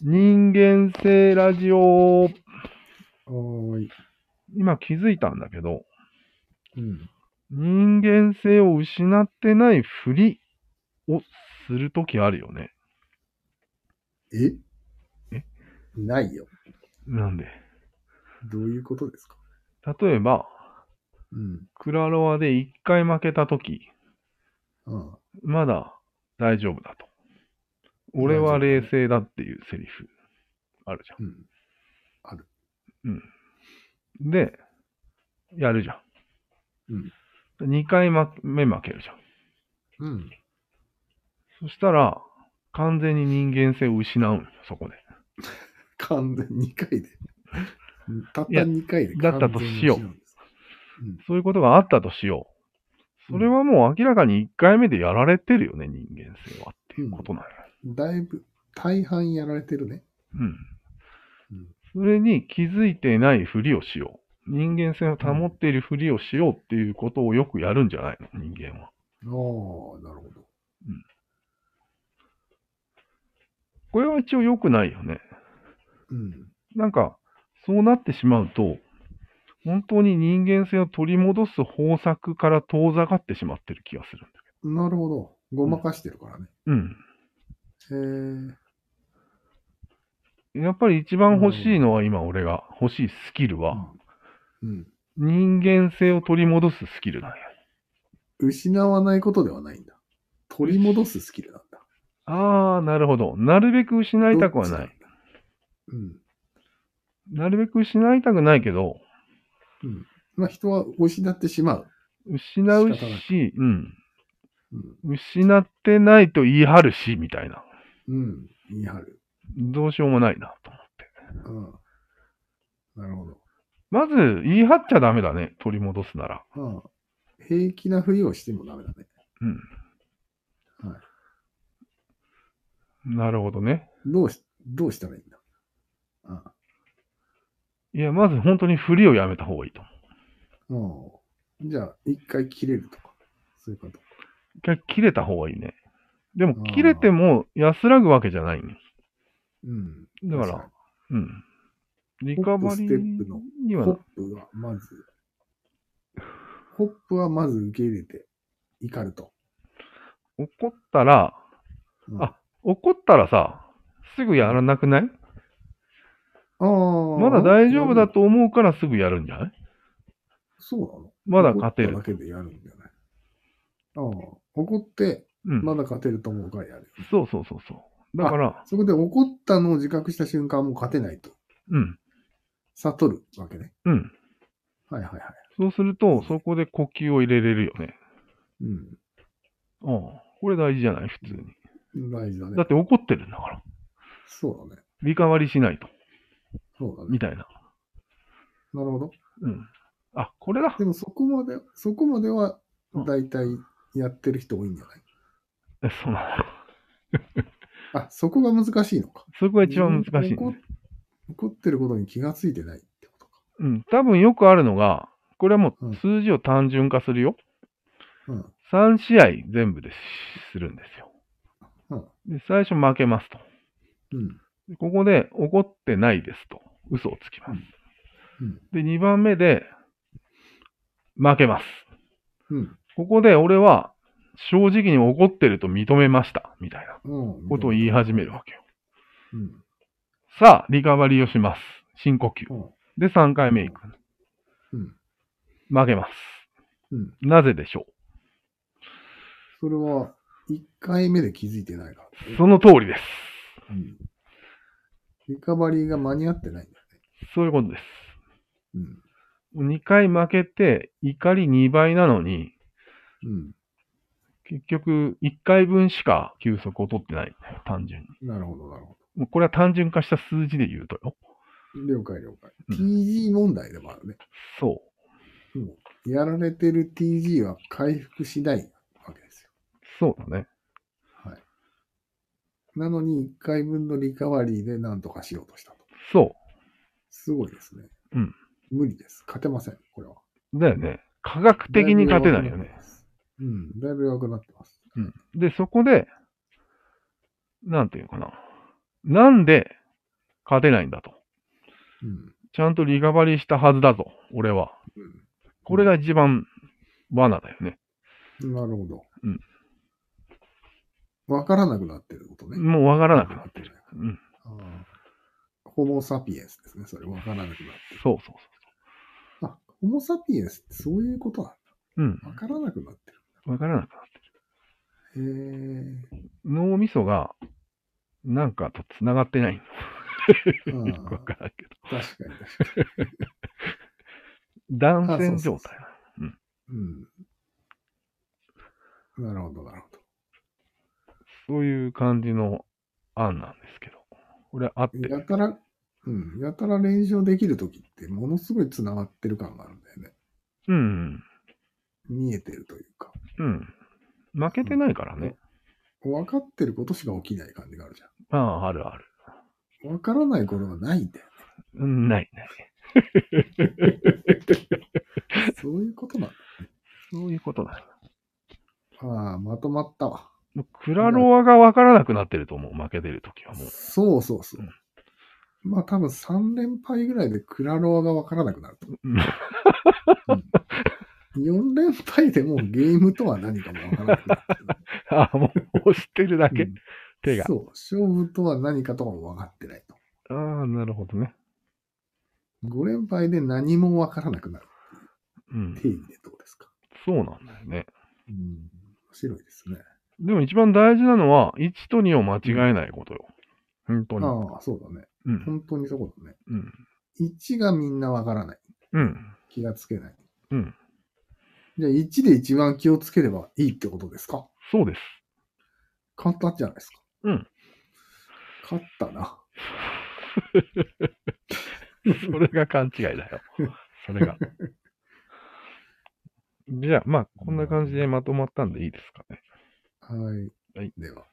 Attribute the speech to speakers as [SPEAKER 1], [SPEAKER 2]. [SPEAKER 1] 人間性ラジオ。
[SPEAKER 2] はーい。
[SPEAKER 1] 今気づいたんだけど、
[SPEAKER 2] うん。
[SPEAKER 1] 人間性を失ってないふりをするときあるよね。
[SPEAKER 2] え
[SPEAKER 1] え
[SPEAKER 2] ないよ。
[SPEAKER 1] なんで。
[SPEAKER 2] どういうことですか
[SPEAKER 1] 例えば、
[SPEAKER 2] うん。
[SPEAKER 1] クラロワで1回負けたとき、
[SPEAKER 2] ああ
[SPEAKER 1] まだ大丈夫だと。俺は冷静だっていうセリフあるじゃ
[SPEAKER 2] うん。
[SPEAKER 1] ん。で、やるじゃ
[SPEAKER 2] うん。
[SPEAKER 1] ん。2回ま目負けるじゃん。
[SPEAKER 2] うん。
[SPEAKER 1] そしたら、完全に人間性を失うんよ、そこで。
[SPEAKER 2] 完全2回 で。たっ
[SPEAKER 1] い
[SPEAKER 2] た
[SPEAKER 1] や
[SPEAKER 2] 2回で。
[SPEAKER 1] だったとしよう
[SPEAKER 2] 完全に違んです。うん。
[SPEAKER 1] そういうことがあったとしよう。それはもう明らかに1回目でやられてるよね、人間性はっていうことなんよ。
[SPEAKER 2] だいぶ、大半やられてるね。
[SPEAKER 1] うん
[SPEAKER 2] うん。
[SPEAKER 1] それに気づいてないふりをしよう。人間性を保っているふりをしようっていうことをよくやるんじゃないの、人間は。
[SPEAKER 2] ああ、なるほど。
[SPEAKER 1] これは一応良くないよね。
[SPEAKER 2] うん。
[SPEAKER 1] なんか、そうなってしまうと、本当に人間性を取り戻す方策から遠ざかってしまってる気がするんだ
[SPEAKER 2] なるほど。ごまかしてるからね。
[SPEAKER 1] けど。うん。
[SPEAKER 2] へえ。
[SPEAKER 1] やっぱり一番欲しいのは今俺が欲しいスキルは、
[SPEAKER 2] うん。
[SPEAKER 1] 人間性を取り戻すスキルなんや。
[SPEAKER 2] 失わないことではないんだ。取り戻すスキルなんだ。
[SPEAKER 1] あー、なるほど。なるべく失いたくはな
[SPEAKER 2] どっ
[SPEAKER 1] い
[SPEAKER 2] ち。なんだ。うん。
[SPEAKER 1] なるべく失いたくないけど、
[SPEAKER 2] うん。まあ人は失ってしまう。
[SPEAKER 1] 失う
[SPEAKER 2] 仕方ない
[SPEAKER 1] し、うん。
[SPEAKER 2] うん。
[SPEAKER 1] 失ってないと言い張るし、みたいな。
[SPEAKER 2] うん。言い張る。
[SPEAKER 1] どうしようもないな、と思って。
[SPEAKER 2] うん。なるほど。
[SPEAKER 1] まず、言い張っちゃダメだね。取り戻すなら。
[SPEAKER 2] うん平気なふりをしてもダメだね。
[SPEAKER 1] うん。。
[SPEAKER 2] はい
[SPEAKER 1] なるほどね。
[SPEAKER 2] どうし、どうしたらいいんだあ
[SPEAKER 1] いや、まず本当に振りをやめた方がいいと思う。
[SPEAKER 2] うん。じゃあ、一回切れるとか。そういうこと。
[SPEAKER 1] 一回切れた方がいいね。でも
[SPEAKER 2] あ、ー
[SPEAKER 1] 切れても安らぐわけじゃないね。
[SPEAKER 2] うん。
[SPEAKER 1] だから
[SPEAKER 2] 確
[SPEAKER 1] うん。リカバリ
[SPEAKER 2] ホップステ
[SPEAKER 1] ー
[SPEAKER 2] ップの
[SPEAKER 1] に
[SPEAKER 2] に
[SPEAKER 1] は
[SPEAKER 2] ホップはまず、ホップはまず受け入れて怒ると。
[SPEAKER 1] 怒ったら、
[SPEAKER 2] うん、
[SPEAKER 1] あ怒ったらさ、すぐやらなくない
[SPEAKER 2] あー
[SPEAKER 1] まだ大丈夫だ。と思うからすぐやるんじゃない
[SPEAKER 2] そうなの
[SPEAKER 1] まだ勝てる
[SPEAKER 2] 怒っただけでやるんだよね。ああ。怒って、
[SPEAKER 1] うん。
[SPEAKER 2] まだ勝てると思うからやる。
[SPEAKER 1] そうそうそうそう。だから、
[SPEAKER 2] そこで怒ったのを自覚した瞬間もう勝てないと。
[SPEAKER 1] うん。
[SPEAKER 2] 悟るわけね。
[SPEAKER 1] うん。
[SPEAKER 2] はいはいはい。
[SPEAKER 1] そうすると、そこで呼吸を入れれるよね。
[SPEAKER 2] うん。
[SPEAKER 1] うん。これ大事じゃない普通に。
[SPEAKER 2] 大事だ
[SPEAKER 1] だ
[SPEAKER 2] ね
[SPEAKER 1] っ。て怒ってるんだから。
[SPEAKER 2] そうだね。
[SPEAKER 1] リカバリーしないと。
[SPEAKER 2] そうだね
[SPEAKER 1] み。たいな。
[SPEAKER 2] なるほど。
[SPEAKER 1] うん。あ、これだ。
[SPEAKER 2] でもそこまで、そこまでは
[SPEAKER 1] うん
[SPEAKER 2] 大体やってる人多いんじゃない、
[SPEAKER 1] えそうなの。
[SPEAKER 2] あ、そこが難しいのか。
[SPEAKER 1] そこが一番難しい、
[SPEAKER 2] 怒っ
[SPEAKER 1] ね。
[SPEAKER 2] 怒ってることに気がついてないってことか。
[SPEAKER 1] うん。多分よくあるのが、これはも
[SPEAKER 2] う
[SPEAKER 1] うん数字を単純化するよ。
[SPEAKER 2] うん。
[SPEAKER 1] 3試合全部ですするんですよ。
[SPEAKER 2] うん。
[SPEAKER 1] で、最初負けますと。
[SPEAKER 2] うん。
[SPEAKER 1] でここで怒ってないですと。嘘をつきます。
[SPEAKER 2] うん
[SPEAKER 1] で、2番目で、負けます。
[SPEAKER 2] うん。
[SPEAKER 1] ここで俺は、正直に怒ってると認めました。みたいな
[SPEAKER 2] うん。
[SPEAKER 1] ことを言い始めるわけよ。
[SPEAKER 2] うん。
[SPEAKER 1] さあ、リカバリーをします。深呼吸。
[SPEAKER 2] うん。
[SPEAKER 1] で、3回目行く。
[SPEAKER 2] うん。
[SPEAKER 1] 負けます。
[SPEAKER 2] うん。
[SPEAKER 1] なぜでしょ
[SPEAKER 2] それは、1回目で気づいてないから。
[SPEAKER 1] うその通りです。
[SPEAKER 2] うん。リカバリーが間に合ってないんだよね。
[SPEAKER 1] そういうことです。
[SPEAKER 2] うん。
[SPEAKER 1] 2回負けて、怒り2倍なのに、
[SPEAKER 2] うん。
[SPEAKER 1] 結局、1回分しか休息を取ってない。単純に。
[SPEAKER 2] なるほど、なるほ
[SPEAKER 1] もうこれは単純化した数字で言うとよ。
[SPEAKER 2] ど。了解、了解。
[SPEAKER 1] うん
[SPEAKER 2] TG 問題でもあるね。
[SPEAKER 1] そう。
[SPEAKER 2] うん。やられてる TG は回復しないわけですよ。
[SPEAKER 1] そうだね。
[SPEAKER 2] なのに、1回分のリカバリーで何とかしようとしたと。
[SPEAKER 1] そ
[SPEAKER 2] すごいですね。
[SPEAKER 1] うん。
[SPEAKER 2] 無理です。勝てません、これは。
[SPEAKER 1] う。だよね。科学的に勝てないよね。。
[SPEAKER 2] うん。だいぶ弱くなってます。
[SPEAKER 1] うん。で、そこで、なんていうのかな。なんで勝てないんだと。
[SPEAKER 2] うん。
[SPEAKER 1] ちゃんとリカバリーしたはずだぞ、俺は。これが一番罠だよね。
[SPEAKER 2] うん。なるほど。
[SPEAKER 1] うん。
[SPEAKER 2] わからなくなってることね。
[SPEAKER 1] もうわからなくなってる。
[SPEAKER 2] る。
[SPEAKER 1] うん。
[SPEAKER 2] ああホモ・サピエンスですね。それ、わからなくなってる。
[SPEAKER 1] そうそう
[SPEAKER 2] あ、ホモ・サピエンスってそういうことなん
[SPEAKER 1] そう。うん
[SPEAKER 2] だ。。わからなくなってる。
[SPEAKER 1] わからなくなってる。
[SPEAKER 2] へえ。
[SPEAKER 1] 脳みそが、なんかと繋がってない。
[SPEAKER 2] あ
[SPEAKER 1] よくわ
[SPEAKER 2] あ
[SPEAKER 1] からんけど。
[SPEAKER 2] 確かに確かに。
[SPEAKER 1] 断線状態。
[SPEAKER 2] うん。なるほど、なるほど。
[SPEAKER 1] そういう感じの案なんですけど。これあってる。
[SPEAKER 2] やたら、うん、やたら練習できるときって、ものすごい繋がってる感があるんだよね。
[SPEAKER 1] うん。
[SPEAKER 2] 見えてるというか、
[SPEAKER 1] うん。負けてないからね。
[SPEAKER 2] 分かってることしか起きない感じがあるじ
[SPEAKER 1] ああ、あるある。
[SPEAKER 2] ゃん。分からないことがないんだよ
[SPEAKER 1] うん、ないない。
[SPEAKER 2] ね。そういうことなんだ。
[SPEAKER 1] そういうことだ。
[SPEAKER 2] ああ、まとまったわ。
[SPEAKER 1] もうクラロワが分からなくなってると思う、負けてるときはもう。
[SPEAKER 2] そうそうそうう。まあ多分3連敗ぐらいでクラロワが分からなくなると思
[SPEAKER 1] うん
[SPEAKER 2] う。4連敗でもうゲームとは何かも分からなくなってる。
[SPEAKER 1] ああ、もう押してるだ け、
[SPEAKER 2] うん
[SPEAKER 1] 手が。
[SPEAKER 2] そう。勝負とは何かとは分かってないと。
[SPEAKER 1] ああ、なるほどね。
[SPEAKER 2] 5連敗で何も分からなくなる。
[SPEAKER 1] うん。
[SPEAKER 2] 定義でどうですか
[SPEAKER 1] そうなんだよね。
[SPEAKER 2] うん。面白いですね。
[SPEAKER 1] でも一番大事なのは、1と2を間違えないことよ。本当に。
[SPEAKER 2] ああ、そうだね。
[SPEAKER 1] うん。
[SPEAKER 2] 本当にそうだね。
[SPEAKER 1] うん。
[SPEAKER 2] 1がみんな分からない。
[SPEAKER 1] うん。
[SPEAKER 2] 気がつけない。
[SPEAKER 1] うん。
[SPEAKER 2] じゃあ1で一番気をつければいいってことですか
[SPEAKER 1] そうです。
[SPEAKER 2] 簡単じゃないですか。
[SPEAKER 1] うん。
[SPEAKER 2] 勝ったな。
[SPEAKER 1] それが勘違いだよ。それが。じゃあ、まあ、こんな感じでまとまったんでいいですかね。
[SPEAKER 2] はい。
[SPEAKER 1] はい
[SPEAKER 2] では。